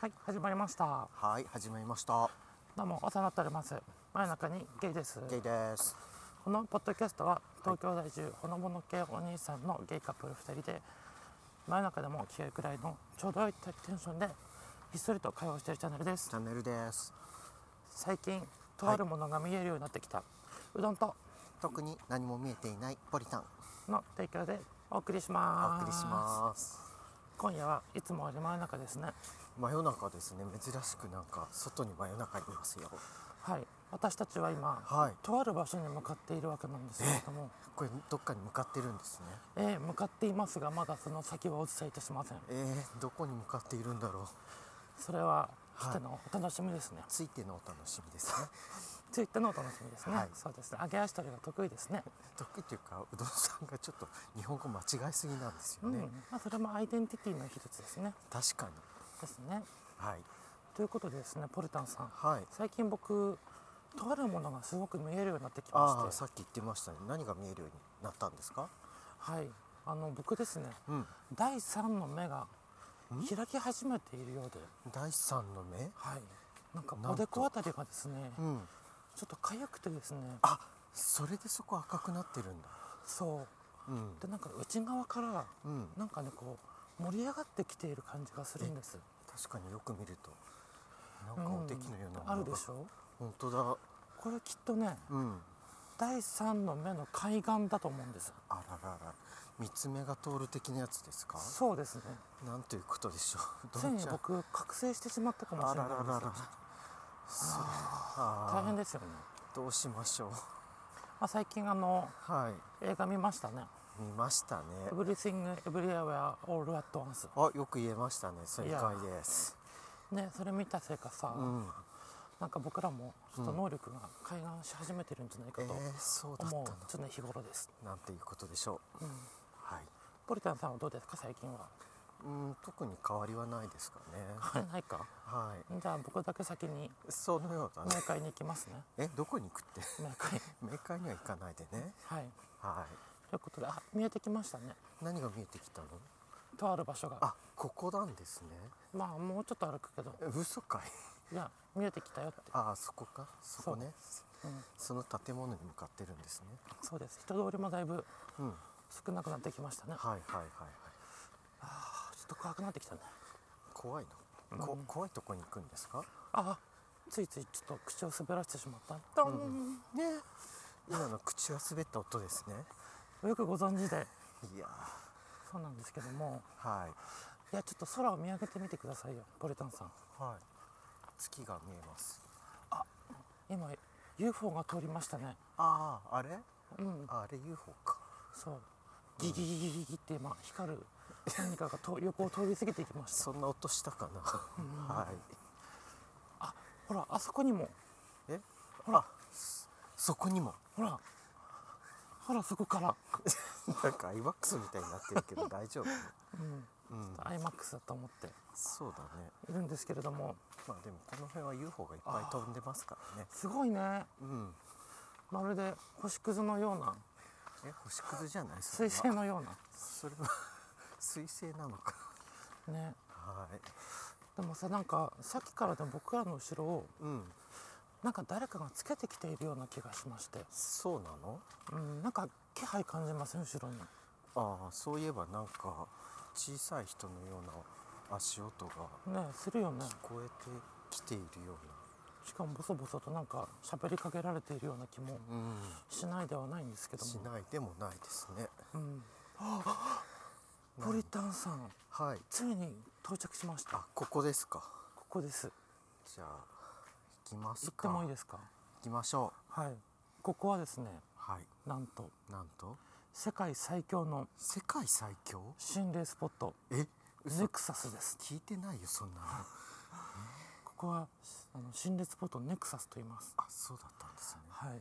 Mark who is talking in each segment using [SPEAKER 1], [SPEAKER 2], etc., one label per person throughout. [SPEAKER 1] はい、始まりました。
[SPEAKER 2] はい、始まりました。
[SPEAKER 1] どうも、お世話になっております。真夜中にゲイです。
[SPEAKER 2] ゲイです。
[SPEAKER 1] このポッドキャストは、東京在住、ほのぼの系お兄さんのゲイカップル2人で、真夜中でも消えるくらいのちょうどいいテンションで、ひっそりと会話しているチャンネルです
[SPEAKER 2] チ。ャンネルです。
[SPEAKER 1] 最近、とあるものが見えるようになってきた、うどんと
[SPEAKER 2] 特に何も見えていないポリタン。
[SPEAKER 1] の提供でお送りし
[SPEAKER 2] お
[SPEAKER 1] ます。
[SPEAKER 2] 送りします。
[SPEAKER 1] 今夜はいつもより真夜中ですね。
[SPEAKER 2] 真夜中ですね。珍しくなんか外に真夜中にいますよ。
[SPEAKER 1] はい、私たちは今、
[SPEAKER 2] はい
[SPEAKER 1] とある場所に向かっているわけなんですけれども、
[SPEAKER 2] これどっかに向かってるんですね。
[SPEAKER 1] えー向かっていますがまだその先はお伝えいたしません
[SPEAKER 2] えー、どこに向かっているんだろう。
[SPEAKER 1] それは
[SPEAKER 2] はい
[SPEAKER 1] 来てのお楽しみですね、
[SPEAKER 2] ついてのお楽しみです ね。
[SPEAKER 1] ついてのお楽しみですね、
[SPEAKER 2] はい
[SPEAKER 1] そうですね揚げ足取りが得意ですね
[SPEAKER 2] 得意というかうどんさんがちょっと日本語間違いすぎなんです
[SPEAKER 1] う
[SPEAKER 2] よ
[SPEAKER 1] ん
[SPEAKER 2] ね。
[SPEAKER 1] まあ、それもアイデンティティの一つですね
[SPEAKER 2] 確かに。
[SPEAKER 1] ですね
[SPEAKER 2] はい。
[SPEAKER 1] ということでですねポルタンさん
[SPEAKER 2] はい。
[SPEAKER 1] 最近僕とあるものがすごく見えるようになってき
[SPEAKER 2] あ
[SPEAKER 1] まして
[SPEAKER 2] あ、さっき言ってましたね。何が見えるようになったんですか。
[SPEAKER 1] はいあの僕ですね
[SPEAKER 2] うん。
[SPEAKER 1] 第3の目が開き始めているようで
[SPEAKER 2] 第三の目。
[SPEAKER 1] はいなんか
[SPEAKER 2] なんと
[SPEAKER 1] おでこあたりがですね
[SPEAKER 2] うん。
[SPEAKER 1] ちょっと痒くてですね
[SPEAKER 2] あそれでそこ赤くなってるんだ
[SPEAKER 1] そう
[SPEAKER 2] うん
[SPEAKER 1] でなんか内側から
[SPEAKER 2] うん
[SPEAKER 1] なんかねこう盛り上がってきている感じがするんです
[SPEAKER 2] 確かによく見るとなんかおできのようなもの
[SPEAKER 1] うん
[SPEAKER 2] が
[SPEAKER 1] あるでしょ
[SPEAKER 2] 本当だ
[SPEAKER 1] これきっとね
[SPEAKER 2] うん
[SPEAKER 1] 第三の目の海岸だと思うんです
[SPEAKER 2] あららら三つ目が通る的なやつですか
[SPEAKER 1] そうですね
[SPEAKER 2] なんということでしょう
[SPEAKER 1] つい
[SPEAKER 2] どん
[SPEAKER 1] に
[SPEAKER 2] ちゃん
[SPEAKER 1] 僕覚醒してしまったかも
[SPEAKER 2] あ
[SPEAKER 1] しれ
[SPEAKER 2] ら
[SPEAKER 1] な
[SPEAKER 2] ら
[SPEAKER 1] い
[SPEAKER 2] らら
[SPEAKER 1] です
[SPEAKER 2] そう
[SPEAKER 1] 大変
[SPEAKER 2] あ
[SPEAKER 1] ですよね、
[SPEAKER 2] ーどうしましょう
[SPEAKER 1] まあ、最近あの
[SPEAKER 2] はい
[SPEAKER 1] 映画見ましたね
[SPEAKER 2] 見ましたね
[SPEAKER 1] 「Everything Everywhere All at Once
[SPEAKER 2] あよく言えましたね正
[SPEAKER 1] いや
[SPEAKER 2] 解です」
[SPEAKER 1] ねそれ見たせいかさ、
[SPEAKER 2] うん
[SPEAKER 1] なんか僕らもちょっと能力が開眼し始めてるんじゃない
[SPEAKER 2] え
[SPEAKER 1] かと
[SPEAKER 2] ー、そうだった
[SPEAKER 1] 思
[SPEAKER 2] の
[SPEAKER 1] う常日頃です、
[SPEAKER 2] なんていうことでしょう
[SPEAKER 1] うん
[SPEAKER 2] はい
[SPEAKER 1] ポリタンさんはどうですか最近は
[SPEAKER 2] うん特に変わりはないですかね
[SPEAKER 1] あれないか
[SPEAKER 2] はい
[SPEAKER 1] じゃあ僕だけ先に
[SPEAKER 2] そのようだね
[SPEAKER 1] 冥界に行きますね
[SPEAKER 2] えどこに行くって
[SPEAKER 1] 冥界
[SPEAKER 2] 冥界には行かないでね
[SPEAKER 1] はい
[SPEAKER 2] は
[SPEAKER 1] ということであ見えてきましたね
[SPEAKER 2] い何が見えてきたの
[SPEAKER 1] とある場所が
[SPEAKER 2] あここなんですね
[SPEAKER 1] まあもうちょっと歩くけど
[SPEAKER 2] え嘘かい
[SPEAKER 1] いや見えてきたよって
[SPEAKER 2] ああそこかそこね
[SPEAKER 1] うん、
[SPEAKER 2] その建物に向かってるんですね
[SPEAKER 1] そうです人通りもだいぶ
[SPEAKER 2] うんはい
[SPEAKER 1] 少なくなってきましたねあ
[SPEAKER 2] はいはいはい
[SPEAKER 1] ーちょっと怖くなってきたね
[SPEAKER 2] 怖いの、こ怖いとこに行くんですか
[SPEAKER 1] あーついついちょっと口を滑らせてしまったドン、
[SPEAKER 2] ね今の口が滑った音ですね
[SPEAKER 1] よくご存知で
[SPEAKER 2] いや
[SPEAKER 1] そうなんですけども
[SPEAKER 2] ーはい
[SPEAKER 1] いやちょっと空を見上げてみてくださいよポリタンさん
[SPEAKER 2] はい月が見えます
[SPEAKER 1] 今 UFO が通りましたね
[SPEAKER 2] あああれ
[SPEAKER 1] うん
[SPEAKER 2] あれ UFO か
[SPEAKER 1] そうギギギギギギって今光る何かがと横を通り過ぎていきました
[SPEAKER 2] そんな音したかなはい
[SPEAKER 1] あ ほらあそこにも
[SPEAKER 2] えほらそそこにも
[SPEAKER 1] ほらほらそこから、
[SPEAKER 2] なんか iMAX みたいになってるけど大丈夫、
[SPEAKER 1] うん、
[SPEAKER 2] うん、
[SPEAKER 1] IMAX だと思って
[SPEAKER 2] そうだね
[SPEAKER 1] いるんですけれども
[SPEAKER 2] まあでもこの辺は UFO がいっぱい飛んでますからね
[SPEAKER 1] すごいね
[SPEAKER 2] うん
[SPEAKER 1] まるで星屑のような
[SPEAKER 2] え星屑じゃない
[SPEAKER 1] 彗
[SPEAKER 2] それ
[SPEAKER 1] 星
[SPEAKER 2] は
[SPEAKER 1] のよう
[SPEAKER 2] それは 水星なのか
[SPEAKER 1] なね
[SPEAKER 2] はい
[SPEAKER 1] でもさなんかさっきからでも僕らの後ろを
[SPEAKER 2] うん
[SPEAKER 1] なんか誰かがつけてきているような気がしまして、
[SPEAKER 2] そうなの
[SPEAKER 1] うん、なんか気配感じません後ろに
[SPEAKER 2] ああそういえばなんか小さい人のような足音が
[SPEAKER 1] ねするよね
[SPEAKER 2] 聞こえてきているよ
[SPEAKER 1] しかもボソボソとなんか喋りかけられているような気も
[SPEAKER 2] うなうん
[SPEAKER 1] しないではないんですけども
[SPEAKER 2] しないでもないですね
[SPEAKER 1] うん、ポリタンさん
[SPEAKER 2] はい
[SPEAKER 1] ついに到着しました
[SPEAKER 2] あここですか
[SPEAKER 1] ここです
[SPEAKER 2] じゃあ行きます
[SPEAKER 1] 行っ
[SPEAKER 2] か
[SPEAKER 1] てもいいですか
[SPEAKER 2] 行きましょう
[SPEAKER 1] はいここはですね
[SPEAKER 2] はい
[SPEAKER 1] なんと
[SPEAKER 2] なんと
[SPEAKER 1] 世界最強の
[SPEAKER 2] 世界最強
[SPEAKER 1] 心霊スポット
[SPEAKER 2] え嘘
[SPEAKER 1] ネクサスです
[SPEAKER 2] 聞いてないよそんなの
[SPEAKER 1] ここはあの心霊スポットネクサスと言います
[SPEAKER 2] あそうだったんですね
[SPEAKER 1] はい
[SPEAKER 2] わ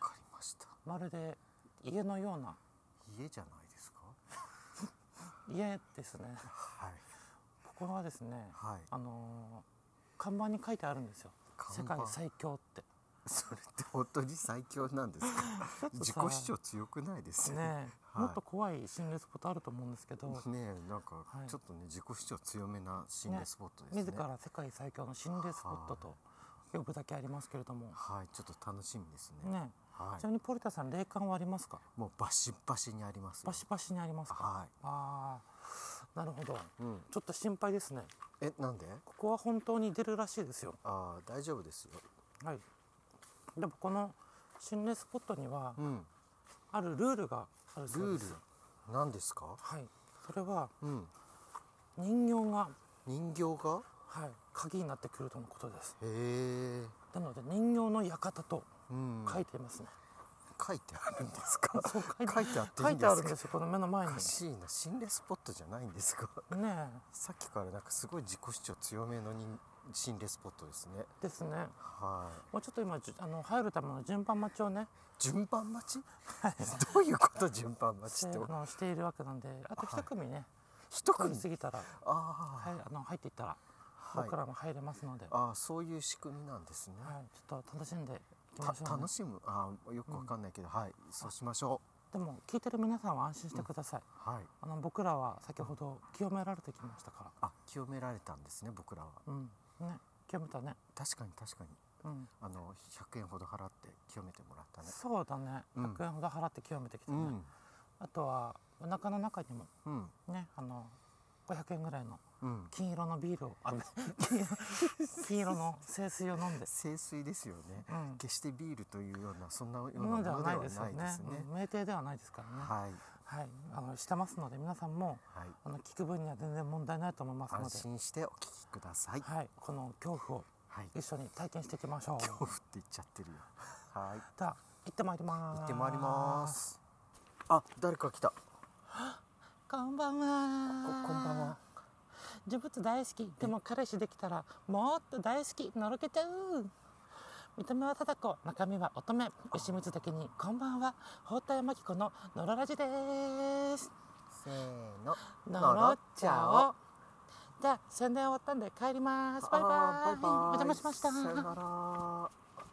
[SPEAKER 2] かりました
[SPEAKER 1] まるで家のような
[SPEAKER 2] 家じゃないですか
[SPEAKER 1] 家ですね
[SPEAKER 2] はい
[SPEAKER 1] ここはですね
[SPEAKER 2] はい
[SPEAKER 1] あのー看板に書いてあるんですよ
[SPEAKER 2] 看
[SPEAKER 1] 世
[SPEAKER 2] 板
[SPEAKER 1] 界最強って
[SPEAKER 2] それって本当に最強なんですか
[SPEAKER 1] ちょっと
[SPEAKER 2] 自己
[SPEAKER 1] さ
[SPEAKER 2] 主張強くないですよ
[SPEAKER 1] ねえもっと怖い心霊スポットあると思うんですけど、
[SPEAKER 2] ねえなんか
[SPEAKER 1] はい
[SPEAKER 2] ちょっとね、自己主張強めな心霊スポットですね
[SPEAKER 1] 自ら世界最強の心霊スポットと呼ぶだけありますけれども、
[SPEAKER 2] はいちょっと楽しみですね
[SPEAKER 1] ね
[SPEAKER 2] は
[SPEAKER 1] ちないみにポリタさん霊感はありますか
[SPEAKER 2] もうバシバシにありますよ
[SPEAKER 1] バシバシにありますか、
[SPEAKER 2] はい
[SPEAKER 1] ああなるほど
[SPEAKER 2] うん
[SPEAKER 1] ちょっと心配ですね
[SPEAKER 2] えなんで
[SPEAKER 1] ここは本当に出るらしいですよ
[SPEAKER 2] ああ大丈夫ですよ
[SPEAKER 1] はいでもこの心霊スポットには
[SPEAKER 2] うん
[SPEAKER 1] あるルールがあるそう
[SPEAKER 2] ル
[SPEAKER 1] です
[SPEAKER 2] ールなんですか
[SPEAKER 1] はいそれは
[SPEAKER 2] うん
[SPEAKER 1] 人形が、
[SPEAKER 2] 人形が
[SPEAKER 1] はい、鍵になってくるとのことです
[SPEAKER 2] へえ
[SPEAKER 1] なので人形の館と
[SPEAKER 2] うん
[SPEAKER 1] 書いていますね、
[SPEAKER 2] 書いてあるんですか書いてあってい
[SPEAKER 1] 書
[SPEAKER 2] い
[SPEAKER 1] い
[SPEAKER 2] ん
[SPEAKER 1] てある
[SPEAKER 2] で
[SPEAKER 1] んです
[SPEAKER 2] す
[SPEAKER 1] よこの目の前
[SPEAKER 2] か
[SPEAKER 1] に
[SPEAKER 2] おかしいな心霊スポットじゃないんですか
[SPEAKER 1] ね
[SPEAKER 2] さっきからなんかすごい自己主張強めの人心霊スポットですね
[SPEAKER 1] えですね
[SPEAKER 2] は
[SPEAKER 1] もうちょっと今じゅあの入るための順番待ちをね
[SPEAKER 2] い順番待ち どういうこと順番待ち
[SPEAKER 1] し
[SPEAKER 2] って
[SPEAKER 1] てあのしているわけなんであと
[SPEAKER 2] はい
[SPEAKER 1] 一組ね、
[SPEAKER 2] 一
[SPEAKER 1] 通
[SPEAKER 2] 組
[SPEAKER 1] り過ぎたら、
[SPEAKER 2] ああ、
[SPEAKER 1] はい、あの入っていったら、
[SPEAKER 2] はい
[SPEAKER 1] 僕らも入れますので、はい、
[SPEAKER 2] ああそういう仕組みなんですね、
[SPEAKER 1] ちょっと楽しんでいき
[SPEAKER 2] た
[SPEAKER 1] ましょうね、
[SPEAKER 2] 楽しむああよくわかんないけど、はいそうしましょ
[SPEAKER 1] でも聞いてる皆さんは安心してください、
[SPEAKER 2] うはい
[SPEAKER 1] あの僕らは先ほど清められてきましたか
[SPEAKER 2] あ清められたんですね僕らは
[SPEAKER 1] らうんね清めたね
[SPEAKER 2] 確かに確かに
[SPEAKER 1] うん
[SPEAKER 2] あの100円ほど払って清めてもらったね
[SPEAKER 1] そうだね
[SPEAKER 2] うん
[SPEAKER 1] 100円ほど払って清めてきた
[SPEAKER 2] う
[SPEAKER 1] ね、
[SPEAKER 2] ん
[SPEAKER 1] あとはお腹の中にも
[SPEAKER 2] うん
[SPEAKER 1] ねあの500円ぐらいの
[SPEAKER 2] うん
[SPEAKER 1] 金色のビールをあ金色 金色の清水を飲んで
[SPEAKER 2] 清水ですよね、
[SPEAKER 1] うん
[SPEAKER 2] 決してビールというようなそんなような
[SPEAKER 1] も
[SPEAKER 2] も
[SPEAKER 1] の
[SPEAKER 2] の
[SPEAKER 1] で
[SPEAKER 2] では
[SPEAKER 1] は
[SPEAKER 2] な
[SPEAKER 1] ないい
[SPEAKER 2] で
[SPEAKER 1] ですす
[SPEAKER 2] ね
[SPEAKER 1] よねうん酩酊ではないですからねは
[SPEAKER 2] はい
[SPEAKER 1] い、あのしてますので皆さんも
[SPEAKER 2] はい
[SPEAKER 1] あの聞く分には全然問題ないと思いますの
[SPEAKER 2] 安
[SPEAKER 1] で、
[SPEAKER 2] 心してお聞きください
[SPEAKER 1] はい、この恐怖を
[SPEAKER 2] はい
[SPEAKER 1] 一緒に体験していきましょう
[SPEAKER 2] 恐怖って言っちゃってるよはい
[SPEAKER 1] じゃあ行ってまいります
[SPEAKER 2] 行ってまいりますあ誰か来たこ
[SPEAKER 1] こんばんは
[SPEAKER 2] こんばんは
[SPEAKER 1] ジブツ大好きでも彼氏できたらもっと大好きのろけちゃう見た目は貞子中身は乙女牛水だけにこんばんは包帯真紀子ののろラジです
[SPEAKER 2] せーの
[SPEAKER 1] のろっちゃおじゃあ宣伝終わったんで帰りますバイバ
[SPEAKER 2] あー
[SPEAKER 1] イお邪魔しました
[SPEAKER 2] さよなら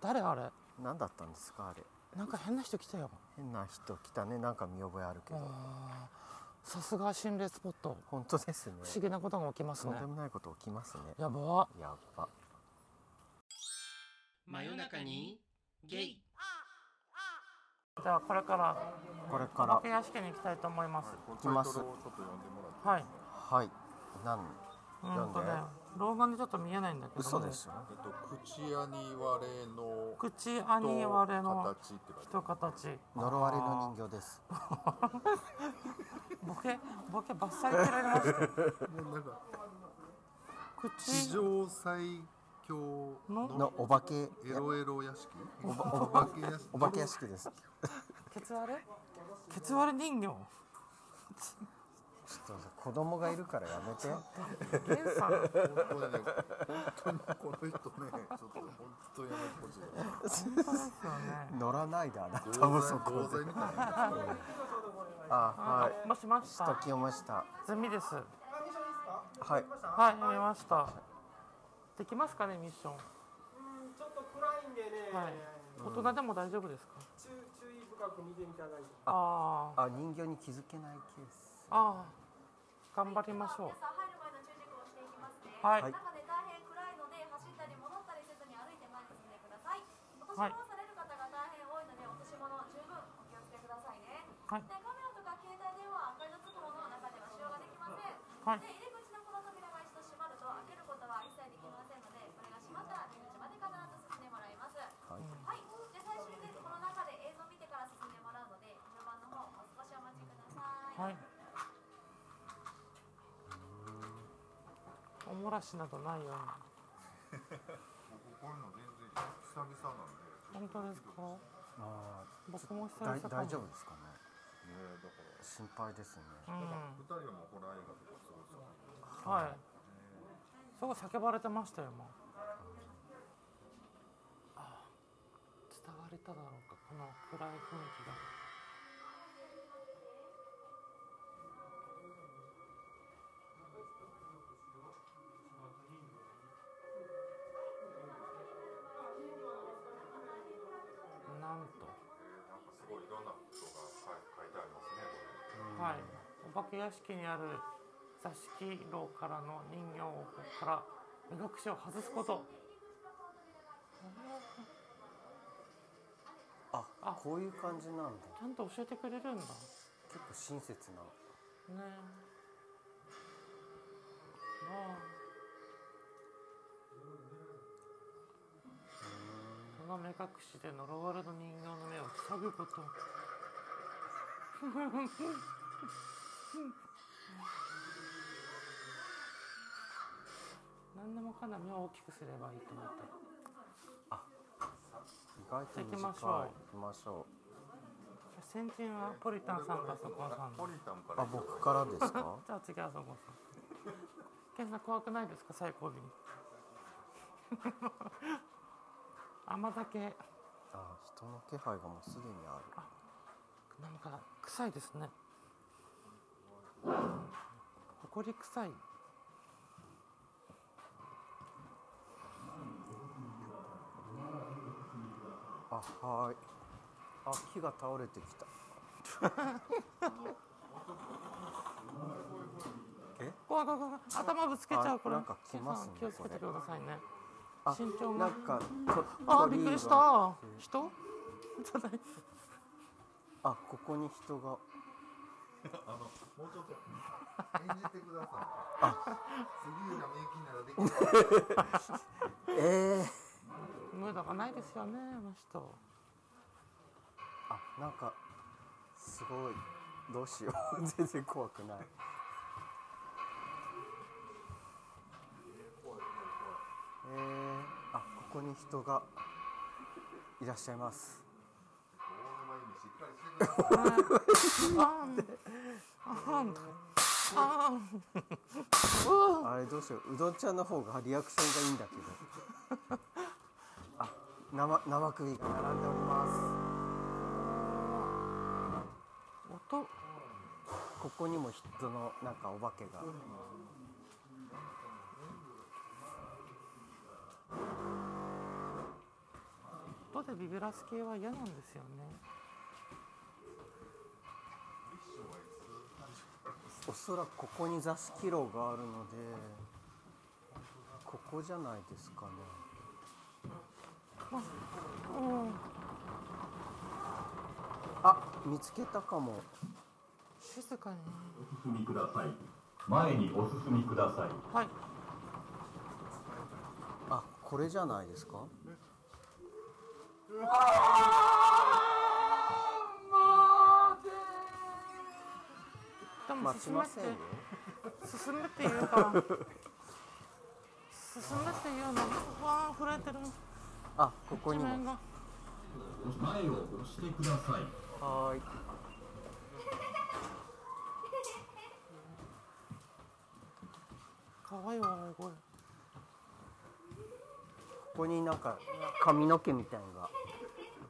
[SPEAKER 1] 誰あれ
[SPEAKER 2] 何だったんですかあれ
[SPEAKER 1] なんか変な人来たよ
[SPEAKER 2] 変な人来たねなんか見覚えあるけど、
[SPEAKER 1] あーさすが心霊スポット
[SPEAKER 2] 本当ですね
[SPEAKER 1] 不思議なことが起きます
[SPEAKER 2] と
[SPEAKER 1] ね
[SPEAKER 2] んでもないこと起きますね
[SPEAKER 1] やば
[SPEAKER 2] やっぱ
[SPEAKER 3] 真夜中にゲイ
[SPEAKER 1] じゃあこれから
[SPEAKER 2] これか
[SPEAKER 1] お化
[SPEAKER 2] ら
[SPEAKER 1] け屋敷に行きたいと思います
[SPEAKER 2] 行きます
[SPEAKER 1] はい
[SPEAKER 2] はい何
[SPEAKER 1] うんとね老眼でちょっと見えないんだけど、ね、
[SPEAKER 2] 嘘でしょ
[SPEAKER 4] えっと、口やに割れの
[SPEAKER 1] 口アニワレの
[SPEAKER 4] 形って書いてある
[SPEAKER 1] 人形
[SPEAKER 2] 呪われの人形です
[SPEAKER 1] ボケボケ伐採されま した
[SPEAKER 4] もうなんか史
[SPEAKER 1] 口
[SPEAKER 4] 上最強の
[SPEAKER 2] のお化け
[SPEAKER 4] エロエロ屋敷
[SPEAKER 2] おばお
[SPEAKER 4] お
[SPEAKER 2] ば
[SPEAKER 4] 化け屋敷
[SPEAKER 2] お化け屋敷です
[SPEAKER 1] ケツ割れケツ割れ人形
[SPEAKER 2] ちょっと子供がいるからやめて
[SPEAKER 1] ゲンさん本
[SPEAKER 4] これね本当にこの人ねちょっと本当にやめてほしい
[SPEAKER 1] 当ですよね
[SPEAKER 2] 乗らないであなたも
[SPEAKER 4] 同
[SPEAKER 2] そ
[SPEAKER 4] 罪
[SPEAKER 2] こ
[SPEAKER 4] 同
[SPEAKER 2] で
[SPEAKER 4] 罪みたいな
[SPEAKER 2] あはい
[SPEAKER 1] あもしました
[SPEAKER 2] 解きました
[SPEAKER 1] 済みです
[SPEAKER 2] はい
[SPEAKER 1] はい見えましたできますかねミッション
[SPEAKER 5] うんちょっと暗いんでね、
[SPEAKER 1] はい大人でも大丈夫ですか、
[SPEAKER 5] 注注意深く見ていただいて。
[SPEAKER 1] ああ
[SPEAKER 2] あ人形に気づけないケース
[SPEAKER 1] ああ頑張りましょ
[SPEAKER 6] 皆さん入る前の注意事項をしていきますね。
[SPEAKER 1] うはい、
[SPEAKER 2] はい
[SPEAKER 6] 中で大変暗いので走ったり戻ったりせずに歩いて前に進んでください。お年
[SPEAKER 1] はい
[SPEAKER 6] をされる方が大変多いのでお年物十分お気をつけくださいね。
[SPEAKER 1] はい
[SPEAKER 6] でカメラとか携帯電話、明かりのつくものの中では使用ができません。
[SPEAKER 1] はい
[SPEAKER 6] で入り口のこの扉は一度閉まると開けることは一切できませんのでこれが閉まったら入り口まで必ず進んでもらいます。
[SPEAKER 2] はい
[SPEAKER 6] はい。で最終にこの中で映像を見てから進んでもらうので順番の方お少しお待ちくださ
[SPEAKER 1] は
[SPEAKER 6] い。
[SPEAKER 1] い。おもらしなどないように。
[SPEAKER 4] こういうの全然久々なんで
[SPEAKER 1] 本当ですか。
[SPEAKER 2] あ
[SPEAKER 1] 僕も久
[SPEAKER 2] ーだい
[SPEAKER 1] 々かも
[SPEAKER 2] 大丈夫ですかね
[SPEAKER 4] ねだから
[SPEAKER 2] 心配ですね
[SPEAKER 1] うん。
[SPEAKER 4] 二人はもうホラー映画とかすごい好き
[SPEAKER 1] はい。すごい叫ばれてましたよ。今あー伝われただろうか。この暗い雰囲気が。なんと
[SPEAKER 4] なんかすごいいろんな
[SPEAKER 1] お化け屋敷にある座敷牢からの人形から目隠しを外すこと
[SPEAKER 2] あ
[SPEAKER 1] あ
[SPEAKER 2] こういう感じなんだ
[SPEAKER 1] ちゃんと教えてくれるんだね
[SPEAKER 2] 結構親切な
[SPEAKER 1] まあその目隠しで呪われの人形の目を塞ぐこと 何でもかんでも目を大きくすればいいと思った
[SPEAKER 2] 意外と
[SPEAKER 1] 行
[SPEAKER 2] 短い
[SPEAKER 1] きましょ
[SPEAKER 2] 行きましょ
[SPEAKER 1] 先人はポリタンさんかそこさん
[SPEAKER 4] ポリタンか
[SPEAKER 2] うあ
[SPEAKER 4] ら
[SPEAKER 2] 僕からで すか
[SPEAKER 1] じゃあ次はそこさん。ケンさん怖くないですか最後尾に。 甘酒
[SPEAKER 2] あ人の気配がもうすでにある
[SPEAKER 1] なんか臭いですね。埃臭い。
[SPEAKER 2] あはーいあ木が倒れてきたえ
[SPEAKER 1] 怖い怖い怖い頭ぶつけちゃうこれ。
[SPEAKER 2] あなんか来ますね
[SPEAKER 1] ケンさん気をつけて
[SPEAKER 2] これ
[SPEAKER 1] くださいね。
[SPEAKER 2] あ
[SPEAKER 1] 身長も
[SPEAKER 2] なんかと
[SPEAKER 1] あー
[SPEAKER 2] 鳥
[SPEAKER 1] びっ
[SPEAKER 2] 居が
[SPEAKER 1] くりした。人？じゃない。
[SPEAKER 2] あここに人が
[SPEAKER 4] あのもうちょっと演じてください杉浦美幸ならできる
[SPEAKER 2] ええ
[SPEAKER 1] ムードがないですよねあの人。
[SPEAKER 2] あなんかすごいどうしよう全然怖くないえー、あここに人がいらっしゃいます
[SPEAKER 1] あーん。あーん。あーん。
[SPEAKER 2] あれどうしよううどんちゃんの方がリアクションがいいんだけどあ生生首が並んでおりま
[SPEAKER 1] 音
[SPEAKER 2] すここにも人のなんかお化けが
[SPEAKER 1] 音でビビらす系は嫌なんですよね
[SPEAKER 2] おそらくここに座敷牢があるのでここじゃないですかねあ見つけたかも
[SPEAKER 1] 静かに
[SPEAKER 7] お進みください前にお進みください
[SPEAKER 1] はい
[SPEAKER 2] あこれじゃないですか
[SPEAKER 1] でも
[SPEAKER 2] 待ち
[SPEAKER 1] 進め
[SPEAKER 2] ま
[SPEAKER 1] って
[SPEAKER 2] せんよ
[SPEAKER 1] 進めって言うから進めって言うのわあ震えてる
[SPEAKER 2] あここ
[SPEAKER 1] 地
[SPEAKER 2] に
[SPEAKER 1] 面
[SPEAKER 2] も
[SPEAKER 1] が
[SPEAKER 7] 前を押してください
[SPEAKER 2] はーい
[SPEAKER 1] かわいい笑い声
[SPEAKER 2] ここになんか髪の毛みたいのが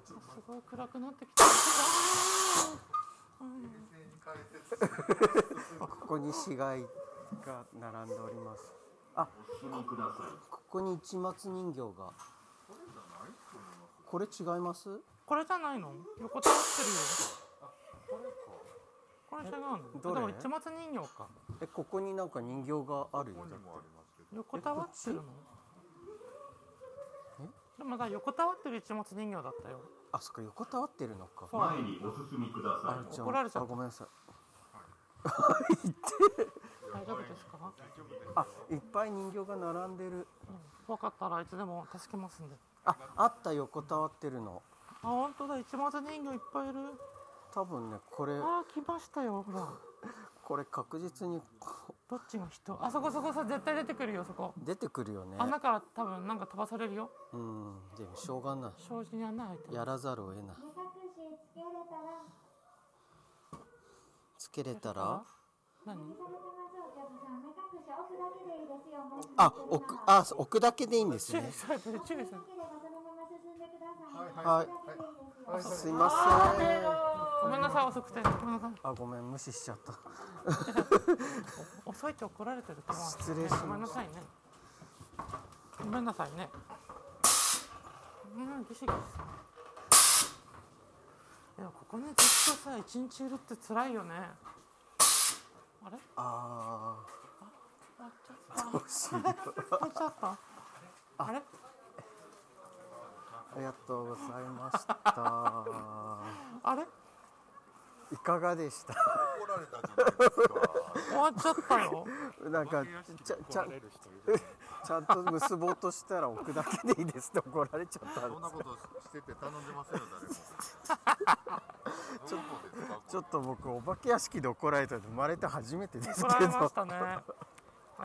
[SPEAKER 1] すごい暗くなってきた
[SPEAKER 2] ここに死骸が並んでおりますあ
[SPEAKER 7] お進みください
[SPEAKER 2] ここに市松人形がこれ違います
[SPEAKER 1] これじゃないの横たわってるよこれ違うの
[SPEAKER 2] どれ
[SPEAKER 1] でも市松人形か
[SPEAKER 2] えここになんか人形があるよだって
[SPEAKER 1] 横たわってるの
[SPEAKER 2] え
[SPEAKER 1] でもだから横たわってる市松人形だったよ
[SPEAKER 2] あそっか横たわってるのか
[SPEAKER 1] そう
[SPEAKER 7] 前にお進みくださ
[SPEAKER 2] あ
[SPEAKER 7] い
[SPEAKER 2] じゃあ
[SPEAKER 1] 怒られちゃった
[SPEAKER 2] あごめんなさい
[SPEAKER 1] 大丈夫ですか
[SPEAKER 2] あいっぱい人形が並んでる
[SPEAKER 1] 怖かったらいつでも助けますんで
[SPEAKER 2] ああった横たわってるの
[SPEAKER 1] あ本当だ市松人形いっぱいいる
[SPEAKER 2] 多分ねこれ
[SPEAKER 1] あー来ましたよほら
[SPEAKER 2] これ確実にこ
[SPEAKER 1] どっちが人あそこそこさ絶対出てくるよそこ
[SPEAKER 2] 出てくるよね
[SPEAKER 1] 穴から多分なんか飛ばされるよ
[SPEAKER 2] うんでもしょうがな
[SPEAKER 1] 障子に穴開いて
[SPEAKER 2] い
[SPEAKER 1] る
[SPEAKER 2] やらざるを得ないつけれたら
[SPEAKER 1] 何
[SPEAKER 2] あ置くあ置くだけでいいんです
[SPEAKER 1] 注意
[SPEAKER 2] ね
[SPEAKER 1] されてる注意されてる
[SPEAKER 2] はいすいません
[SPEAKER 1] ごめんなさい遅くてごめんなさい
[SPEAKER 2] あごめん無視しちゃった
[SPEAKER 1] 遅いって怒られてると思う
[SPEAKER 2] 失礼しました
[SPEAKER 1] ごめんなさいねごめんなさいねうんギシギシいやここにずっとさ一日いるって辛いよねあれ
[SPEAKER 2] あ
[SPEAKER 1] あちょ
[SPEAKER 2] あどうしよう
[SPEAKER 1] あちょっとあれ
[SPEAKER 2] ありがとうございました
[SPEAKER 1] あれ
[SPEAKER 2] いかがでした
[SPEAKER 4] 怒られたじゃないですか。
[SPEAKER 1] 終わっちゃったよ
[SPEAKER 2] なんかちゃちゃん ちゃんと結ぼうとしたら置くだけでいいですって怒られちゃったん
[SPEAKER 4] そんな
[SPEAKER 2] です
[SPEAKER 4] ことしてて頼んでません よ、誰も。ちょっとですか
[SPEAKER 2] ちょっと僕お化け屋敷で怒られたの生まれて初めてです
[SPEAKER 1] 怒ら
[SPEAKER 2] け
[SPEAKER 1] れま
[SPEAKER 2] ど
[SPEAKER 1] したね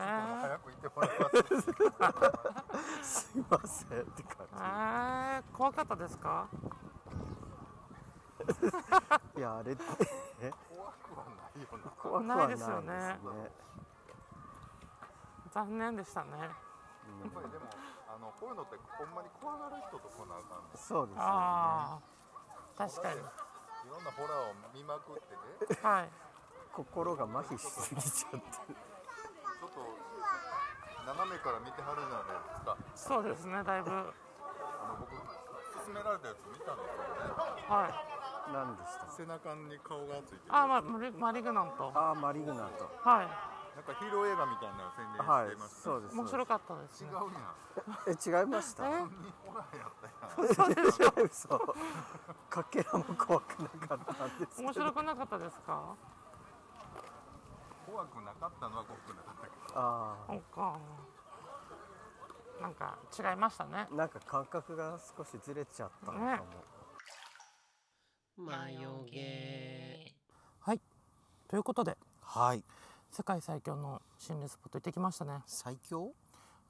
[SPEAKER 1] えー、
[SPEAKER 4] 早く行ってもらいます。
[SPEAKER 2] す いませんって感
[SPEAKER 1] えー、怖かったですか
[SPEAKER 2] じいやあれって
[SPEAKER 4] 怖くはないよな。
[SPEAKER 2] 怖くはないですね
[SPEAKER 1] ないですよ残念でしたね
[SPEAKER 4] やっぱりでもあのこういうのってほんまに怖がる人と来なあかんね
[SPEAKER 2] そう
[SPEAKER 4] ん
[SPEAKER 2] ですよね
[SPEAKER 1] ああ確かに
[SPEAKER 4] いろんなホラーを見まくってねちょっと
[SPEAKER 1] はい
[SPEAKER 2] 心が麻痺しすぎちゃって
[SPEAKER 4] 斜めから見てはるじゃないですか
[SPEAKER 1] そうですねだいぶは
[SPEAKER 4] あの僕勧められたやつ見たんですよね
[SPEAKER 1] い
[SPEAKER 2] 何でした
[SPEAKER 4] 背中に顔がついてる
[SPEAKER 1] あー、ま、マリマリグナント
[SPEAKER 2] ああマリグナント
[SPEAKER 1] は
[SPEAKER 4] なんかヒーロー映画みたいな宣伝
[SPEAKER 2] は
[SPEAKER 4] してい
[SPEAKER 2] い
[SPEAKER 4] ました、
[SPEAKER 2] そうです
[SPEAKER 1] い面白かったです
[SPEAKER 4] 違
[SPEAKER 1] ね
[SPEAKER 4] うや
[SPEAKER 2] え違
[SPEAKER 4] ん
[SPEAKER 2] いました
[SPEAKER 1] え
[SPEAKER 4] ホラーやったやん
[SPEAKER 1] そうでしょ
[SPEAKER 2] 嘘かけらも怖くなかったんですけど
[SPEAKER 1] 面白くなかったですか
[SPEAKER 4] 怖くなかったのは怖くなかったけど
[SPEAKER 2] あ
[SPEAKER 1] そうかなんか違いましたね
[SPEAKER 2] あなんか感覚が少しずれちゃったのかも、
[SPEAKER 1] ね
[SPEAKER 3] マヨゲ
[SPEAKER 1] はいということで
[SPEAKER 2] はい
[SPEAKER 1] 世界最強の心霊スポット行ってきましたね
[SPEAKER 2] 最強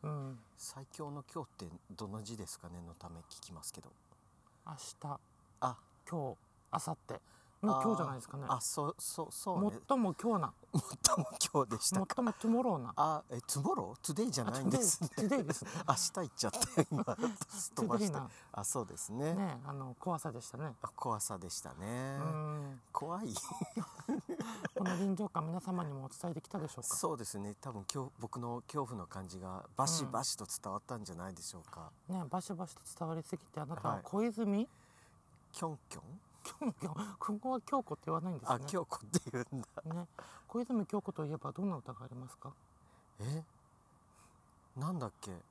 [SPEAKER 1] うん
[SPEAKER 2] 最強の今日ってどの字ですかねのため聞きますけど
[SPEAKER 1] 明日
[SPEAKER 2] あ
[SPEAKER 1] 今日明後日もう今日じゃないですかね
[SPEAKER 2] あそうそうそうね
[SPEAKER 1] 最も今日な
[SPEAKER 2] もっとも今日でした
[SPEAKER 1] 最も
[SPEAKER 2] か
[SPEAKER 1] トゥモローな
[SPEAKER 2] あえトゥモロートゥデイじゃないんですね
[SPEAKER 1] トゥデイですね
[SPEAKER 2] 明日行っちゃったよ今飛ば
[SPEAKER 1] デイ
[SPEAKER 2] して
[SPEAKER 1] な
[SPEAKER 2] あそうですね
[SPEAKER 1] ねあの怖さでしたね
[SPEAKER 2] あ怖さでした
[SPEAKER 1] う
[SPEAKER 2] ね
[SPEAKER 1] ん
[SPEAKER 2] 怖い
[SPEAKER 1] この臨場感皆様にもお伝えできたでしょうか
[SPEAKER 2] そうですね多分今日僕の恐怖の感じがバシ
[SPEAKER 1] うん
[SPEAKER 2] バシと伝わったんじゃないでしょうか、
[SPEAKER 1] ねバシバシと伝わりすぎてあなたは
[SPEAKER 2] はい
[SPEAKER 1] 小泉
[SPEAKER 2] キョンキョン
[SPEAKER 1] 今日今後は京子って言わないんです
[SPEAKER 2] あ
[SPEAKER 1] ね
[SPEAKER 2] 京子って言うんだ
[SPEAKER 1] ね小泉京子といえばどんな歌がありますか
[SPEAKER 2] えなんだっけ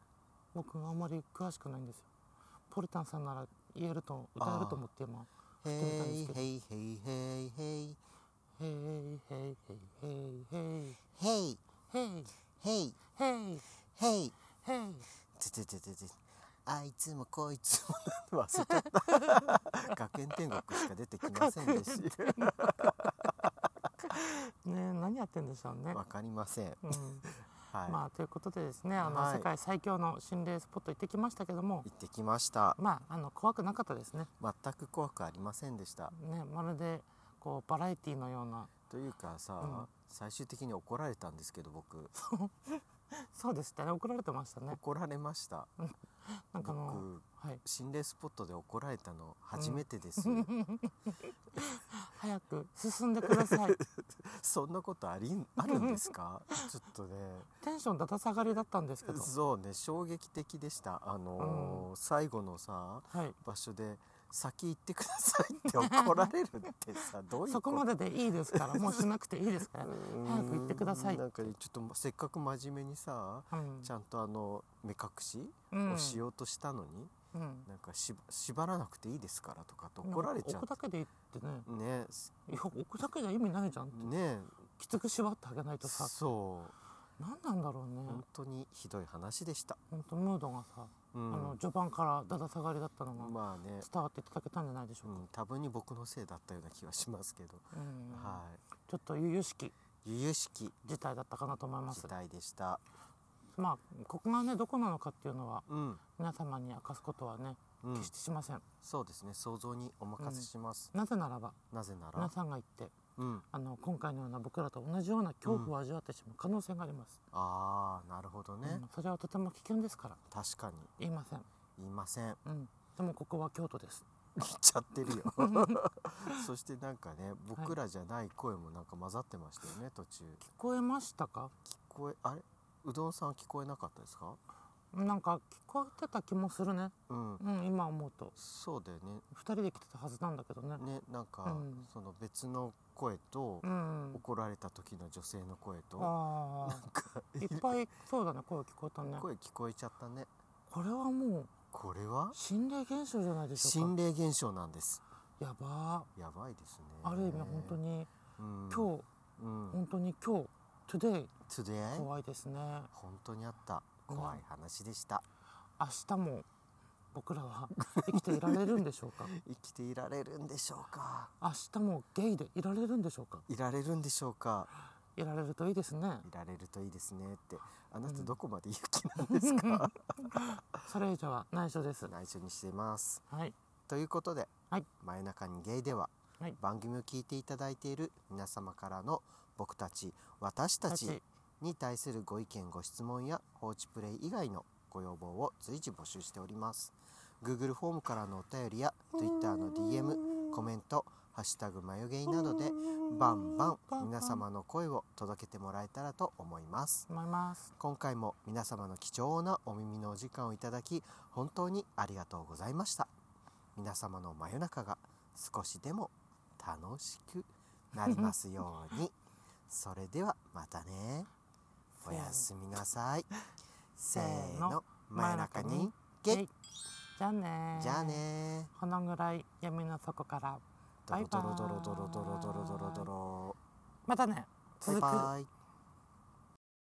[SPEAKER 1] 僕あんまり詳しくないんですよポルタンさんなら言えると歌えると思って今
[SPEAKER 2] へ
[SPEAKER 1] ってみたんです
[SPEAKER 2] い
[SPEAKER 1] けど
[SPEAKER 2] へいへいへいへい
[SPEAKER 1] 「ヘイヘイヘイヘイ
[SPEAKER 2] へい
[SPEAKER 1] ヘイ
[SPEAKER 2] へ
[SPEAKER 1] ヘ
[SPEAKER 2] い
[SPEAKER 1] イ
[SPEAKER 2] へい
[SPEAKER 1] ヘイ
[SPEAKER 2] てててててあいつもこいつも忘れちゃった学園天国しか出てきませんでし
[SPEAKER 1] ヘイ」ね何やってんでしょうね。
[SPEAKER 2] わかりません
[SPEAKER 1] うん
[SPEAKER 2] はい、
[SPEAKER 1] まあということでですねあの、
[SPEAKER 2] はい
[SPEAKER 1] 世界最強の心霊スポット行ってきましたけども
[SPEAKER 2] 行ってきました
[SPEAKER 1] まああの怖くなかったですね
[SPEAKER 2] 全く怖くありませんでした
[SPEAKER 1] ねまるでこうバラエティのような
[SPEAKER 2] というかさ、
[SPEAKER 1] うん
[SPEAKER 2] 最終的に怒られたんですけど僕
[SPEAKER 1] そうでしたね怒られてましたね
[SPEAKER 2] 怒られました
[SPEAKER 1] なんかあの
[SPEAKER 2] 僕
[SPEAKER 1] はい
[SPEAKER 2] 心霊スポットで怒られたの初めてです、
[SPEAKER 1] 早く進んでくだ さい
[SPEAKER 2] そんなことありんあるんですかちょっとね
[SPEAKER 1] テンションだだ下がりだったんですけど
[SPEAKER 2] そうね衝撃的でしたあのー最後のさ
[SPEAKER 1] はい
[SPEAKER 2] 場所で先行ってくださいって怒られるって さどういう
[SPEAKER 1] そこまででいいです からもうしなくていいですから、早く行ってくださいって
[SPEAKER 2] なんかちょっとせっかく真面目にさ
[SPEAKER 1] うん
[SPEAKER 2] ちゃんとあの目隠し
[SPEAKER 1] うん
[SPEAKER 2] をしようとしたのに、
[SPEAKER 1] うん
[SPEAKER 2] なんかし縛らなくていいですからとかと怒られちゃ
[SPEAKER 1] 置くだ
[SPEAKER 2] う
[SPEAKER 1] けでいいってね
[SPEAKER 2] ね
[SPEAKER 1] いや置くだけじゃ意味ないじゃん
[SPEAKER 2] ね
[SPEAKER 1] きつく縛ってあげないとさ
[SPEAKER 2] そう
[SPEAKER 1] 何なんだろうね
[SPEAKER 2] 本当にひどい話でした、
[SPEAKER 1] 本当ムードがさ、
[SPEAKER 2] うん、
[SPEAKER 1] あの序盤からだだ下がりだったのが
[SPEAKER 2] まあね、
[SPEAKER 1] 伝わっていただけたんじゃないでし
[SPEAKER 2] う
[SPEAKER 1] ょうか、
[SPEAKER 2] ん、多分に僕のせいだったような気はしますけど、
[SPEAKER 1] うん
[SPEAKER 2] は
[SPEAKER 1] ちょっと由々しき
[SPEAKER 2] い由々しき
[SPEAKER 1] 事態だったかなと思いま
[SPEAKER 2] 事
[SPEAKER 1] す
[SPEAKER 2] 態でした
[SPEAKER 1] まあここがねどこなのかっていうのは
[SPEAKER 2] うん、
[SPEAKER 1] 皆様に明かすことはね
[SPEAKER 2] うん
[SPEAKER 1] 決してしません、
[SPEAKER 2] そうですね想像にお任せします、
[SPEAKER 1] なぜならば
[SPEAKER 2] なぜな
[SPEAKER 1] 皆
[SPEAKER 2] ら
[SPEAKER 1] さんが言って
[SPEAKER 2] うん
[SPEAKER 1] あの今回のような僕らと同じような恐怖を味わってしまう可能性があります、
[SPEAKER 2] ああなるほどね、
[SPEAKER 1] うんそれはとても危険ですから
[SPEAKER 2] 確かに
[SPEAKER 1] 言いません、
[SPEAKER 2] 言いません
[SPEAKER 1] うん、でもここは京都です
[SPEAKER 2] 言っちゃってるよ そしてなんかね僕らじゃない声もなんか混ざってましたよね途中
[SPEAKER 1] 聞こえましたか
[SPEAKER 2] 聞こえあれうどんさん聞こえなかったですか
[SPEAKER 1] なんか聞こえてた気もするね
[SPEAKER 2] うん
[SPEAKER 1] うん今思うと
[SPEAKER 2] そうだよね
[SPEAKER 1] 2人で来てたはずなんだけどね
[SPEAKER 2] ねなんか、
[SPEAKER 1] うん
[SPEAKER 2] その別の声と
[SPEAKER 1] う、ん
[SPEAKER 2] 怒られた時の女性の声と、
[SPEAKER 1] あ
[SPEAKER 2] なんか
[SPEAKER 1] あいっぱいそうだね声聞こえたね
[SPEAKER 2] 声聞こえちゃったね。
[SPEAKER 1] これはもう
[SPEAKER 2] これは
[SPEAKER 1] 心霊現象じゃないでしょ
[SPEAKER 2] 心
[SPEAKER 1] うか
[SPEAKER 2] 霊現象なんです。
[SPEAKER 1] やば
[SPEAKER 2] やばいですね。
[SPEAKER 1] ーある意味本当に
[SPEAKER 2] うん、
[SPEAKER 1] 今日
[SPEAKER 2] うん、
[SPEAKER 1] 本当に今日 today
[SPEAKER 2] today
[SPEAKER 1] 怖いですね
[SPEAKER 2] 本当にあった怖い話でした。
[SPEAKER 1] 明日も僕らは生きていられるんでしょう か
[SPEAKER 2] 生きていられるんでしょうか。
[SPEAKER 1] 明日もゲイでいられるんでしょうか
[SPEAKER 2] いられるんでしょうか。
[SPEAKER 1] いられるといいですね
[SPEAKER 2] いられるといいですねって。あなたどこまで勇気な んですか。
[SPEAKER 1] それ以上は内緒です
[SPEAKER 2] 内緒にしてます。
[SPEAKER 1] はい
[SPEAKER 2] ということで、
[SPEAKER 1] はい
[SPEAKER 2] 真夜中にゲイでは、
[SPEAKER 1] はい
[SPEAKER 2] 番組を聞いていただいている皆様からの僕たち私たち
[SPEAKER 1] たち
[SPEAKER 2] に対するご意見ご質問や放置プレイ以外のご要望を随時募集しております Google フォームからのお便りや Twitter の DM コメント「ハッシュタグマヨゲイ」などでバンバン皆様の声を届けてもらえたらと思います
[SPEAKER 1] 思います
[SPEAKER 2] 今回も皆様の貴重なお耳のお時間をいただき本当にありがとうございました皆様の真夜中が少しでも楽しくなりますよう にそれではまたねおやすみなさいせーの真夜中にゲ
[SPEAKER 1] ゲイ
[SPEAKER 2] ッ
[SPEAKER 1] じゃあねー
[SPEAKER 2] じゃあね
[SPEAKER 1] このぐらい闇の底から
[SPEAKER 2] ド
[SPEAKER 1] バイ
[SPEAKER 2] ロ
[SPEAKER 1] バ
[SPEAKER 2] ド
[SPEAKER 1] イ
[SPEAKER 2] ロドロドロドロドロドロドロ
[SPEAKER 1] またね
[SPEAKER 2] バ
[SPEAKER 1] 続く
[SPEAKER 2] イバイ